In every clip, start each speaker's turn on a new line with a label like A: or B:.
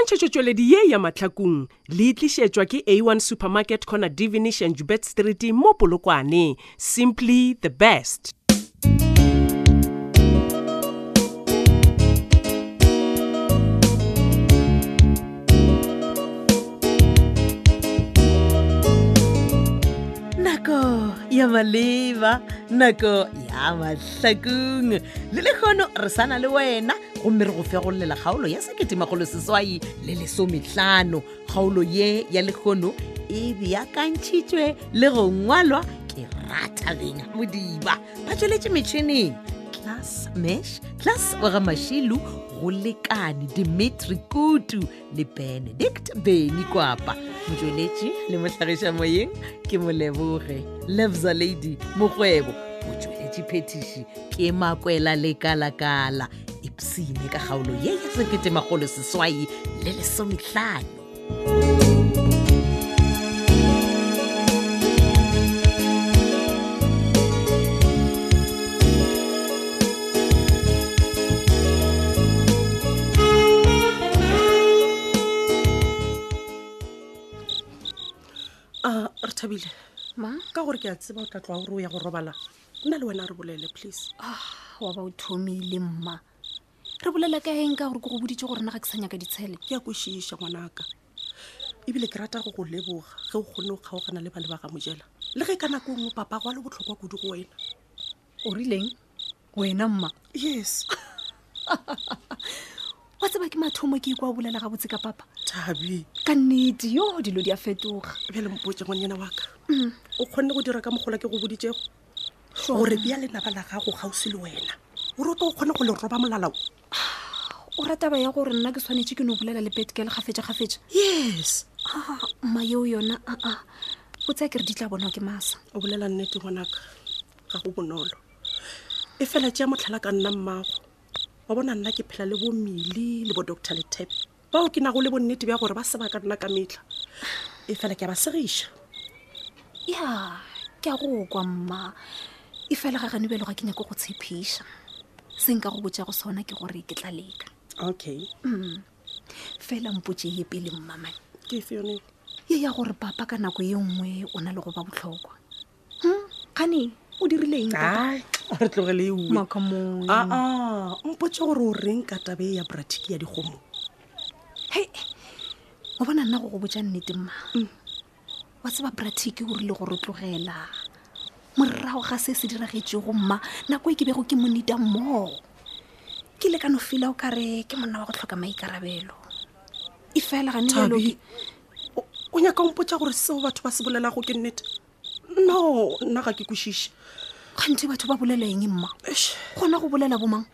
A: tshwantšhetšotšweledi ye ya mahlakong le tlišetšwa ke a1 supermarket corner divinish and jubet street mo polokwane simply the best
B: nako ya maleba nako ya mahlakong le le kgono re sana le wena gomme re go fegolela kgaolo ya seketemagoloseswai le lesometlhano kgaolo ye ya lekgono e beakantšhitšwe le go ngwalwa ke ratabeng modiba ba tsweletše metšhineng class mesh class wagamashilu go lekane dimitri kutu le benedict beny kwapa motsweletši le motlhagiša moyeng ke moleboge levza lady mokgwebo motsweletši phetiši ke makwela lekalakala epsene ka kgaolo ye ya seketemagolo seswai le lesomehlano
A: a re thabile
C: ma
A: ka gore ke a tseba o tla tloa gore o ya go robala nna le wena a re bolele please
C: wa ba o thomile mma re bolela ka eng ka gore ke go boditse gore na ga ke sa nyaka ditshele
A: ke a kwešiša ngwanaka ebile ke rata go go leboga ge o kgonne go kgaogana le ba le ba ga mojela le ge ka nako ngwe papa go a le botlhokwa kudu go wena
C: o rileng wena mma
A: yes
C: wa tseba ke mathomo ke ikwa o bolela gabotse ka papa
A: thabi
C: ka nnete yo dilo di a fetoga
A: bjale mpotse ngwanyana waka o kgonne go dira ka mogola ke go boditsego
C: Sure.
A: gore bja lenaba la gago kgauswi le wena ore o tlo o kgone go le roba molalao
C: o rataba ya gore nna ke tshwanetse ke no bolela le petkele gafetša-gafetša
A: yes
C: Ah, mma yeo yona aa o tsaya ke re di tla bonwa ke masa
A: o bolela nnete ngwanaka ga go bonolo e fela tšea motlhala ka nna mmago wa bona nna ke phela le bo mmele le bo doctor letep bao ke nago le bonnete bja gore ba sebaka nna ka metlha e fela ke a ba segiša
C: ya ke a go kwa mma e fela ga ganebelo ga ke nyako go tshepiša se nka go botsa go sona ke gore ke tla leka
A: okay
C: fela mpotse ye pele mmamane
A: ke efe yone
C: ye ya gore papa ka nako ye nngwe o na le go ba botlhokwa Hmm, kgane o dirileng papa?
A: ai re tlogele e eue
C: Makamoeng.
A: Ah, aa mpotse gore o reng ka tabe ya bratiki ya dikgomo
C: hei o bona nna go go botsa nnete mma
A: Mm.
C: wa tseba bratiki o rile gore o tlogela morago ga se se diragetsego mma nako e ke bego ke monita mmogo ke le kano fila o kare ke monna wa go tlhoka maikarabelo e fela gane jalo
A: Thabi,
C: ke-
A: o- o nyaka ompotsa gore seo batho ba se bolelago ke nnete no nna ga ke kwešiše
C: kganthe batho ba bolela eng mma
A: Eish,
C: gona go bolela bomang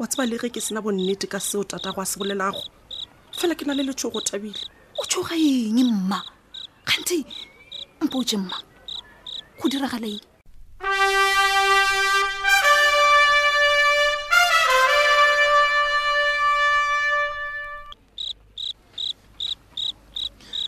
A: wa tseba le ge ke sena bonnete ka seo tatago a se bolelago fela ke na le letshogo thabile
C: o tshoga eng mma kgante mpotse mma go diragala eng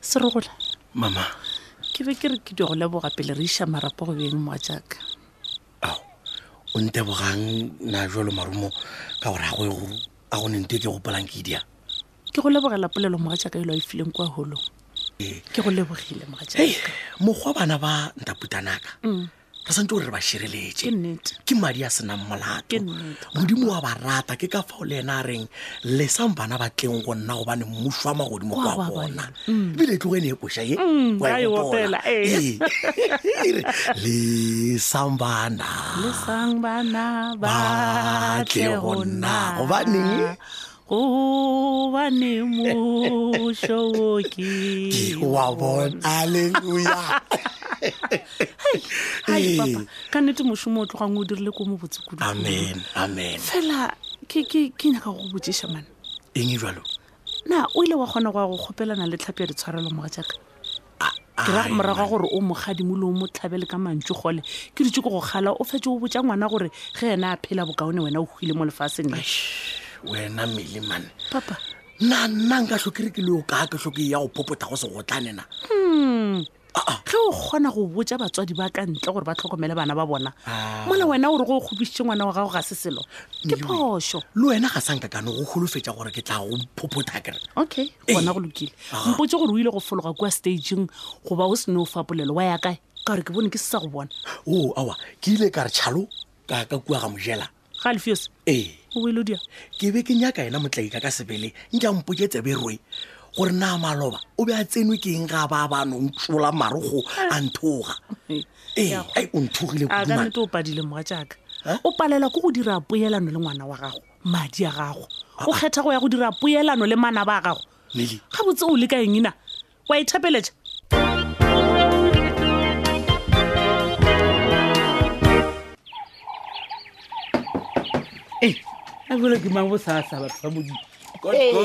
D: serogola
E: mama
D: ke be ke re ke di go leboga pele re iša marapo go beng moa jaaka
E: ao o ntebogang na jalo marumo ka gore a go a go nente ke gopolang ke dia
D: ke go lebogela polelo moga jaaka e le a e fileng kwa holong
E: Ee.
D: ke go lebogile moga
E: hei
D: jaaka
E: mokgwa bana ba ntaputanaka re santse gore re ba
D: Mm. ke
E: šireletse
D: nnete
E: ke madi a senang molato
D: Ke nnete, papa.
E: modimo wa ba rata ke ka fao le ena a reng lesang bana ba tleng go nna gobane mmušo wa magodimo kwa
D: Wa ba
E: bona ebile tlogo e ne e koša ye wa
D: ra
E: e
D: e
E: gopola.
D: opela, ee.
E: Ee. E re, lesang bana
D: lesang bana
E: batle go nna gobaneng
D: gobane mošo o ke
E: wa bona alleluya
D: hai papa ka nnete mošomo o tlogang o dirile ko mo botse kudu
E: amen amen
D: fela ke ke- ke nyaka go botsiša mane
E: eng jalo
D: na o ile wa kgona go ya go kgopelana le tlhapi ya ditshwarelo moga jaaka ke ra go morago ga gore o mogadimo le o mo tlhabele ka mantso gole ke dutse ko go kgala o fetse o botsa ngwana gore ge ena a phela bokaone wena o huile mo lefatsheng le.
E: wena melemane
D: papa
E: nna nna nka tlhokere ke le o ka ke tlhoke ya go popota go se gotlane na
D: ge o kgona go botsa batswadi ba ka ntle gore ba tlhokomele bana ba bona mola wena o re go o kgopisitse ngwana wa gago ga se selo ke phošo
E: le wena ga sankakane go golofetsa gore ke tla go phophotha kere
D: okay gona go lokile mpotse gore o ile go fologa kua stageng goba o sene o fapolelo wa ya kae ka gore ke bone ke se sa go bona
E: o awa Oh, ke ile ka re tšhalo ka ka kua ga mojela
D: ga alfios
E: ee
D: o ile dia
E: ke be ke nyaka ena motlaika ka sebele nke a mpotse tsebe roe gore na maloba o be a tsenwe ke eng ga ba banongtsola marogo a nthoga ee ai o nthogile
D: a ka
E: kudu man.
D: nnete o padile moga jaaka o palelwa ke go dira poelano le ngwana wa gago madi a gago o kgetha go ya go dira poelano le mana ba gago
E: Nelly,
D: ga botse o le ka eng na wa ithapeletša
F: ee a bole ke mang bosasa batho ba modimo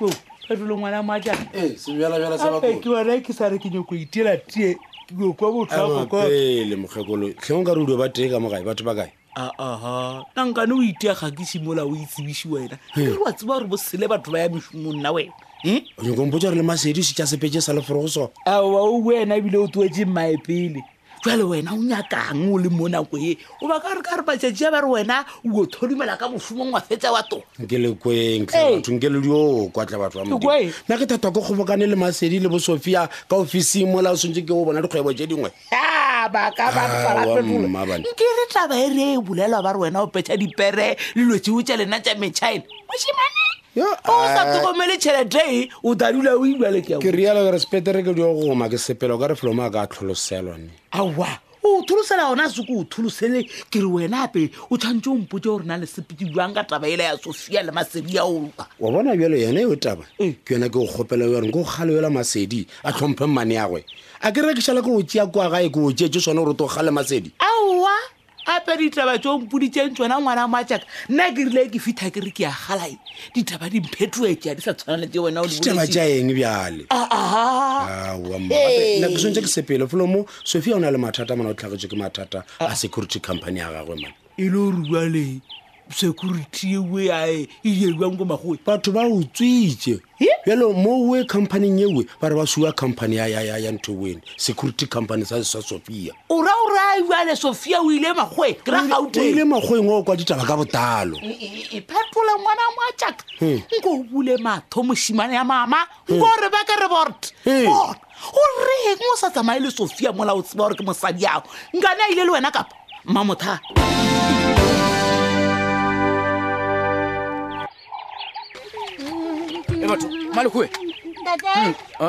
F: o fetole ngwana majaaka ape ke bona ke sa re ke nyoko itela tie ke nyokwa botlhoko
G: pele mokgekolo tlheng ka re o dio ba tee ka mogae batho ba kae
F: aa nankane o iteaga ke simola o itsebise wena kere wa tseba gore bosele batho ba ya mešomong nna wena hm?
G: o nyokompotsa gore le masedi se tša sepetse sa leforogo so
F: aowa o wena ebile o tuetse mmae pele jale wena o nyakang o le mo nako e oba ka re ka re matšatši a ba re wena o thonimela ka mošomong wa fetsa wa toga
G: nke le
F: Ee.
G: kweng tlhebatho nke le dio kwatla batho ba
F: Ke
G: modimo.
F: kweng?
G: nna ke thatwa ke kgobokane le masedi le bosofia ka ofising mola o swantse ke go bona dikgwebo tse dingwe
F: Ah, ba ka ba ntwa ba
G: Ah, wa
F: fetola.
G: mma bana.
F: nke re taba e re e bolelwa ba re wena o petša dipere le lotseo tša lena tša metšhaena
G: Yo,
F: mosimane o sa tokomele tšhelete e o ta dula o ilwale ke
G: Eh. ke rialo ka respetere ke dio goma ke sepelo ka re floma a ka a tlholoselwane
F: aa o tholosela ona se ko o tholosele ke re wena ape o tshwanetse o mpotse gore na le sepedi jwang ka taba ele ya sofia le masedi a oka
G: wa bona bjalo yena eo taba
F: Ee.
G: ke yona ke go kgopela yore nke o kgale yola masedi a tlhomphe mmane agwe a ke rekišala ke go tšea kwa gae ke o tšeetse sone gore o to kgale masedi
F: aowa ape ditaba tse o mpoditseng tsona ngwana matšaka nna ke rile ke fitha ke re ke a galae ditaba dimphethoetse a di sa tshwana le tse wena o di
G: ditaba
F: boletše.
G: tša eng bjale
F: Aa.
G: nna ke swantse ke sepelo folo mo sophia o na le mathata mana o tlhagetswe ke mathata a security company ya gagwe mane
F: e le gore jale security ewe ae ejebiwang ko magoe
G: batho ba utswitse bjalo mo we companyng ewe ba re ba sua company ya- ya ya- ya ntho wene security company sa sa sophia
F: ora ora jale sofia o ile magoe ke ra
G: o ile
F: gauteng
G: makgoeng o kwa ditaba ka botalo
F: e phetola ngwana moatšaka nko o bule matho mošimane ya mama nko re ba ke re bort
G: Ee.
F: Bona, o reng o sa tsamaye le sofia mola o tseba gore ke mosadi yago nkane a ile le wena kapa mmamothaa
H: e batho malekgoe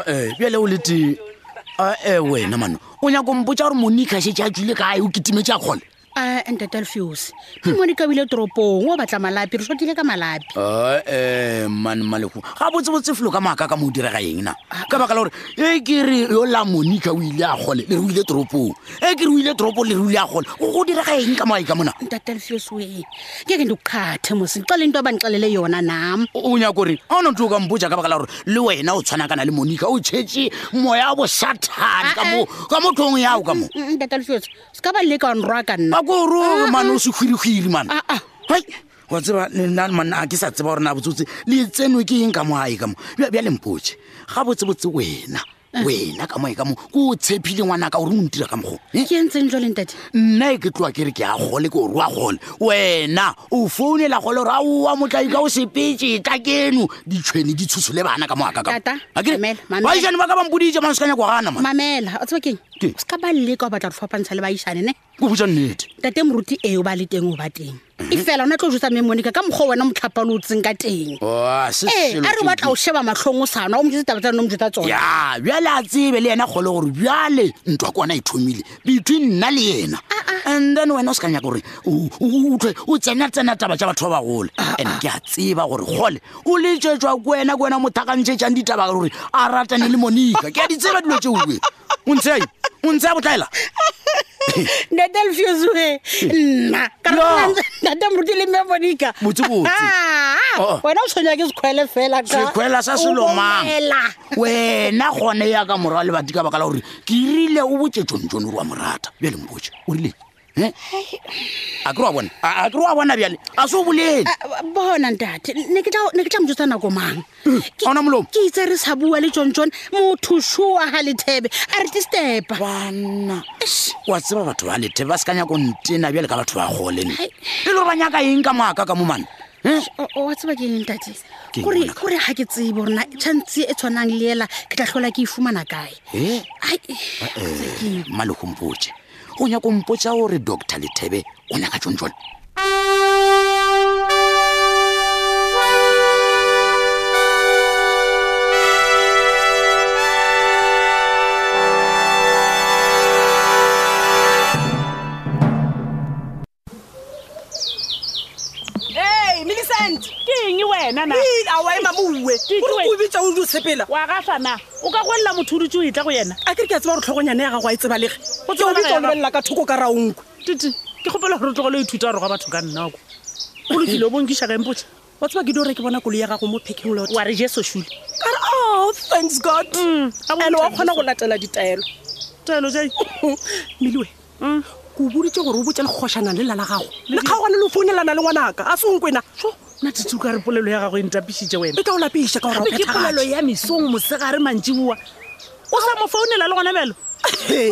H: eh, bjale o lete ae eh, wena mano o nyako mpotsa gore monica shetse a tswile kae o ketimetse a kgole
I: ntate alfeos ke monika o ile e toropong o batla malapi re shotile ka malapi
H: ae mane malekgo ga botsebotse felo ka maaka ka mo o direga eng na ka baka la gore e ke re yola monica o ile a kgole le re o ile toropong e ke re o ile toropong le re o ile a kgole go go direga eng ka moae ka mona
I: ntate alfeos we ngeke ndikuqhathe mos ndixele into abandixelele yona nam
H: o o nyako reng a ona ntho o ka mpotsa ka baka la gore le wena o tshwana kana le monica o tšhetse moya wa bosathane ka mo- ka mo tlhong yao ka mo
I: Mm, ntate alfeos se ka baleleka nrwaka nna
H: a koro e mane o sehwirihwiri mane
I: Ah, ah.
H: hai wa tseba nna mane a ke sa tseba gore na botsebotse le tseno ke eng ka moae ka mo Bja- bjale mpotse ga botsebotse wena
I: Eh.
H: wena ka moae ka mo ko o tshepile ngwanaka gore o ntira ka mogo
I: ke entseng jwale ntate
H: nna e ke tloa kere ke a gole ke o rua gole wena o founela gole gore aowa motlai ka o sepetse ta keno ditšhwene di tshosole bana ka moaka
I: Tata, mamela, mamela.
H: baisane ba ka bampodije mane se ka nyako gana man
I: mamela o tseba keng
H: Ke?
I: se ka baleleka o batla go fapantsha le baišane ne
H: ko botsa nnete
I: ntate moruti ee o ba le teng o ba teng e fela ona tlo o jotsa mme monika ka mokgwa wena motlhapa le o tseng ka teng
H: Oa, se
I: ee
H: selo
I: a Eh, re
H: ke
I: o batla
H: nnete.
I: o sheba matlhong o sana o mojetse taba tsa none o mojeta tsone
H: ya bjale a tsebe le yena kgole gore bjale ntwa kona e thomile between nna le yena and then wena o se ka nyaka gore o- o- o utlwe o tsena-tsena taba tša batho ba bagole and ke a tseba gore kgole o letsetswa ko wena ko wena mothakantšhetšang ditaba gore a ratane le monica ke a di tseba dilo tšeo e o ntshea o ntshea botlaela
I: ntate alfios e nna ka re
H: Yo.
I: tsena ntse- ntate moruti le mme monika
H: Botsebotse.
I: Ah,
H: Oh.
I: wena o tshwenya ke sekhwele fela ka-
H: sekhwela sa
I: o
H: selomang
I: bolela.
H: wena gone ya ka morago lebati ka baka la gore ke rile o botse tsontsone ore wa morata bjale mpoe o rile Eh? a kere wa bona a a kere wa bona bjale a se o bolele
I: Ah, bona ntate ne ke tla ne ke tla mjotsa nako mang
H: a ona molomo
I: ke itse re sa bua le tsontsone motho shua ga lethebe a re distepa
H: banna wa tseba batho ba lethe ba se ka nyako ntena bjale ka batho ba golene e le gore ba nyaka eng ka moaka ka mo mane Eh?
I: O- o wa tseba ke eng tate
H: Ke eng,
I: kore
H: ngwanaka?
I: kore ga ke tsebe gorena tshwanetse e tshwanang le ela ke tla tlhola ke e fumana kae
H: Eh?
I: Ai,
H: Eh, malegompotse o nyako mpotsa gore doctor lethebe o nyaka tsontsone
A: e millicent
D: ke eng wena na
A: awa ema mouwe
D: Ke
A: ore
D: tlohe.
A: o bitsa o sepela
D: wa gafana o ka golela motho o dutse o e tla go yena
A: a kere ke a tseba gore tlhogonyane ya gago a e tsebalege
D: O
A: ke o
D: tsebalega
A: bitsa o
D: jwang?
A: lebelela ka thoko ka raonko
D: tete ke kgopela gore o tlogele o ithuta gore ga batho ka nnako o lokile o bonkiša ka empotse
A: wa tseba ke di gore ke bona kolo ya gago mo packing lot
D: wa re Mm, jeso šule
A: kare oh thanks god and wa kgona go latela ditaelo
D: taelo ja
A: miliwe
D: Mm.
A: ke o boditse gore o botse lekgoshana le lala gago le
D: Le di-
A: kgaogane le o founelana le ngwanaka a senkwena
D: na tete o ka re polelo ya gago e ntapišitše wena
A: e ka o lapiša ka
D: gape ke polelo
A: gorephethagatse
D: ya mesong mosegare mantsi bua o sa mo founela le gona belo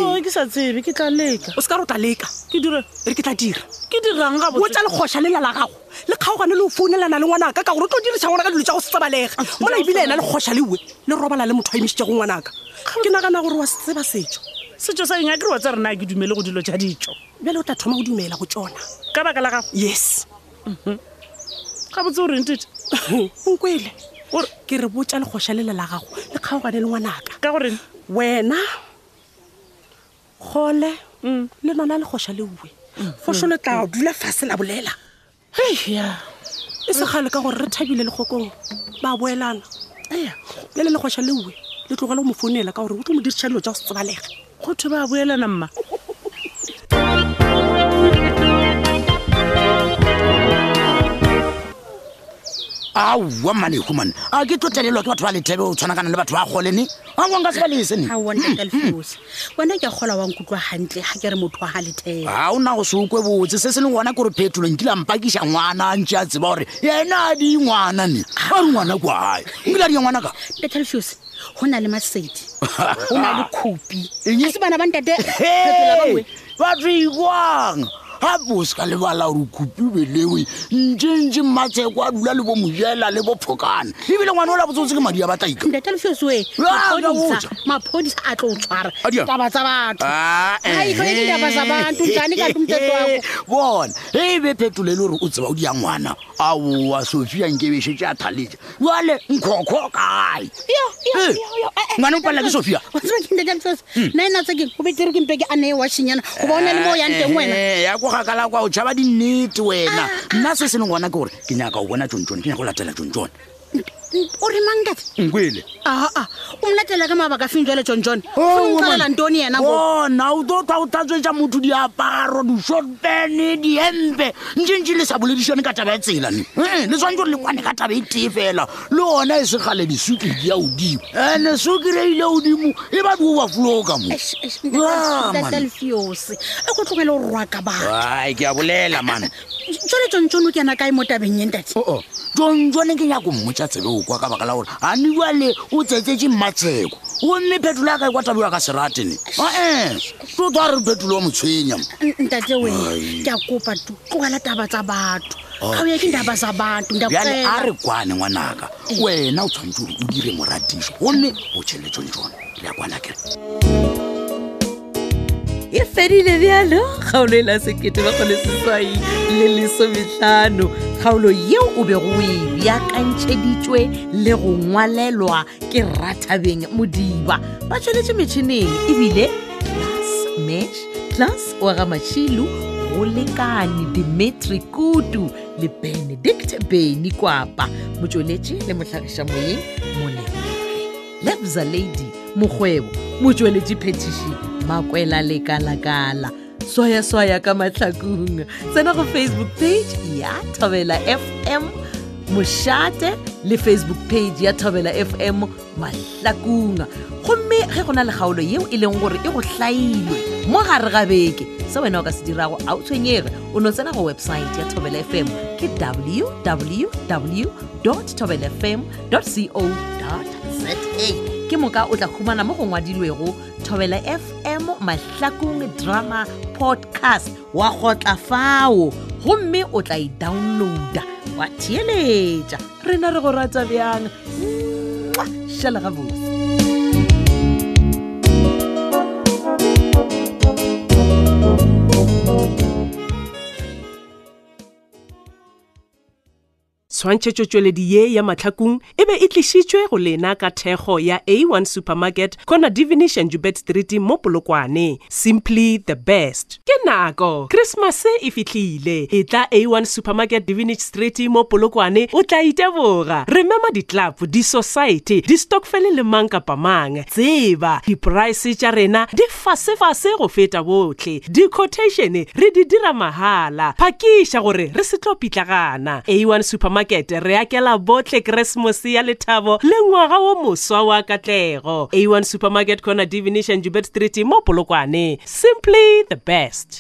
D: Oh, ke sa tsebe ke tla leka
A: o se ka re o tla leka
D: ke dire
A: e re ke tla dira
D: ke dirang ga
A: botsa lekgosha le lala gago le kgaogane le o founelana le ngwanaka ka gore o tlo dirisa ngwana ka dilo tsa go se tsebalege mola ebile ena lekgosha le ue le robala le motho a emisitšego ngwanaka ke nagana gore wa se tseba setso
D: setso sa eng a kerewa tsa rena a ke dumele go dilo tša ditso
A: bjale o tla thoma go dumela go tsona
D: ka baka la gago Mhm.
A: yes
D: ga botse o reng tete
A: onkwele
D: Ore-
A: ke re botsa lekgosha le lala gago le kgaogane le ngwanaka
D: ka goreng
A: wena kgole
D: Mm.
A: le nona lekgosha le ue
D: Mm-hmm.
A: foso le tla dula fase la bolela
D: hea
A: e segale ka gore re thabile legokong ba boelana ee bjale legoša leue le tlogela go mo founela ka gore o tlo mo diriša dilo tsa go se tsebalega
D: gotho ba boelana mma
H: aowa manehu mane a ke tlo telelwa ke batho ba lethebe o tshwana kana le batho ba golene anko nka se ba lesene
I: a
H: Hmm,
I: wantatelfosa wena ke a kgola wa nkutlwa gantle ga ke re motho wa ga lethebe
H: ga o na go se ukwe botse se se leng gona kore phetolo nkile mpakiša ngwana a ntse a tseba gore yena a di ngwana ne a re ngwana kwae nkile a die ngwana ka
I: ntetelfos go na le masedi go na le kopi
H: Eng?
I: a se bana ba ntate phetola ba
H: Hey, batho ikwang gape
I: we
H: o se ka lebala gore kopiwe lewe ntšentše matsheko a dula le bo mojela le bo phokana ebile ngwana o la botsotse ke madi a bataika
I: ntetelfos we
H: Ah, ka
I: maphodisa
H: botsa.
I: maphodisa a tlo o tshwara
H: Adia. Ah, eh.
I: taba tsa batho e Ai, tlwaele ditaba tsa batho, njani ka tlung tsetso yako?
H: bona e be phetolo e le gore o tseba o dia ngwana aowa sofia nkebešetse a thaletša jale nkgokgo kae Eh, ngwana o palela ke Sophia. Hmm.
I: sofiaotsebakentetasos nna ena tse keng go betere ke mpe ke a neye washingnyana go bona le mo o yang teng wena Ah,
H: Eh, ya ko gakala kwa o tšhaba dinnete wena nna se se leng gona ke gore ke nyaka o bona tsontsone ke nyaka o latela tsontsone
I: o re mangkatse
H: nkwele
I: aa ah. o mlatela ka mabaka feng jale john john oalela ntone yena mo
H: Oh, bona o tlo tla o tlatswetsa motho diaparo dišopene diempe ntšentše le sa boledišane ka taba ya tselane le tshwanetse gore le kwane ka taba e tee fela le ona e segale disukiri ya godimo ande sukiri ile godimo e baduo ba fuloka mo Ah, man.
I: tatalfiose e ko tlogele o rwaka ba
H: ai ke a bolela mana
I: jale john john o ke yana kae mo tabeng
H: Oh,
I: yentate
H: tsontsone ke nyako mmotsa tsebe o kwa ka baka la gore a ne jale o tsetsetse mmatsheko gomme phetolo ya ka e kwa tabiwa ka seratene ae eh, tlo twa re phetolo wa motshwenya mo
I: ntate we
H: Ai.
I: ke a kopa tu- tlogela taba tsa batho ga o ya ke daba tsa batho
H: Oh.
I: Eh.
H: bjale a re
I: ndaa
H: kwane ngwanaka wena o tshwanetse gore o dire moratišo gomme o tšheletsong tsone re ya kwana kere
B: e fedile bjalo kgaolo e la sekete bagole seswai le lesometlhano kgaolo yeo o bego o e bjakantšheditšwe le go ngwalelwa ke rathabeng modiba ba tšweletše metšhineng ebile class mash class wa ga matšhilu go lekane dimetri kutu le benedict beny kwapa motšweletše le motlhagiša moyeng molemo lebza lady mokgwebo motšweletše phetiši makwela lekala-kala swaya-swaya ka matlhakong tsena go facebook page ya thobela fm mošate le facebook page ya thobela fm mahlakunga gomme ge go na le kgaolo yeo e leng gore e go hlailwe mo gare ga beke se wena o ka se dirago a o tshwenyege o no tsena go website ya thobela fm ke www thobelafm co za ke moka o tla humana mo go ngwadilwego thobela fm mahlakong drama podcast wa gotla fao gomme o tla e downloada wa theeletša rena re go rata bjang Mwah! šala gabotse
J: tshwantšhetšotšweledi ye ya mahlakong e be e tlišitšwe go lena ka thekgo ya a1 supermarket kona divinish and jubet street mo polokwane simply the best ke nako christmase e fitlhile e tla a1 supermarket divinish street mo polokwane o tla iteboga remember di-club di-society di-stockfele le mang kapa mang tseba diporaese tša rena di fasefase go feta botlhe di-cotation re di dira mahala phakiša gore re se tlo pitlagana a1 supermarket re akela botlhe keresemose ya lethabo le ngwaga wo moswa wa katlego a1 supermarket corner divination jubet street mo polokwane simply the best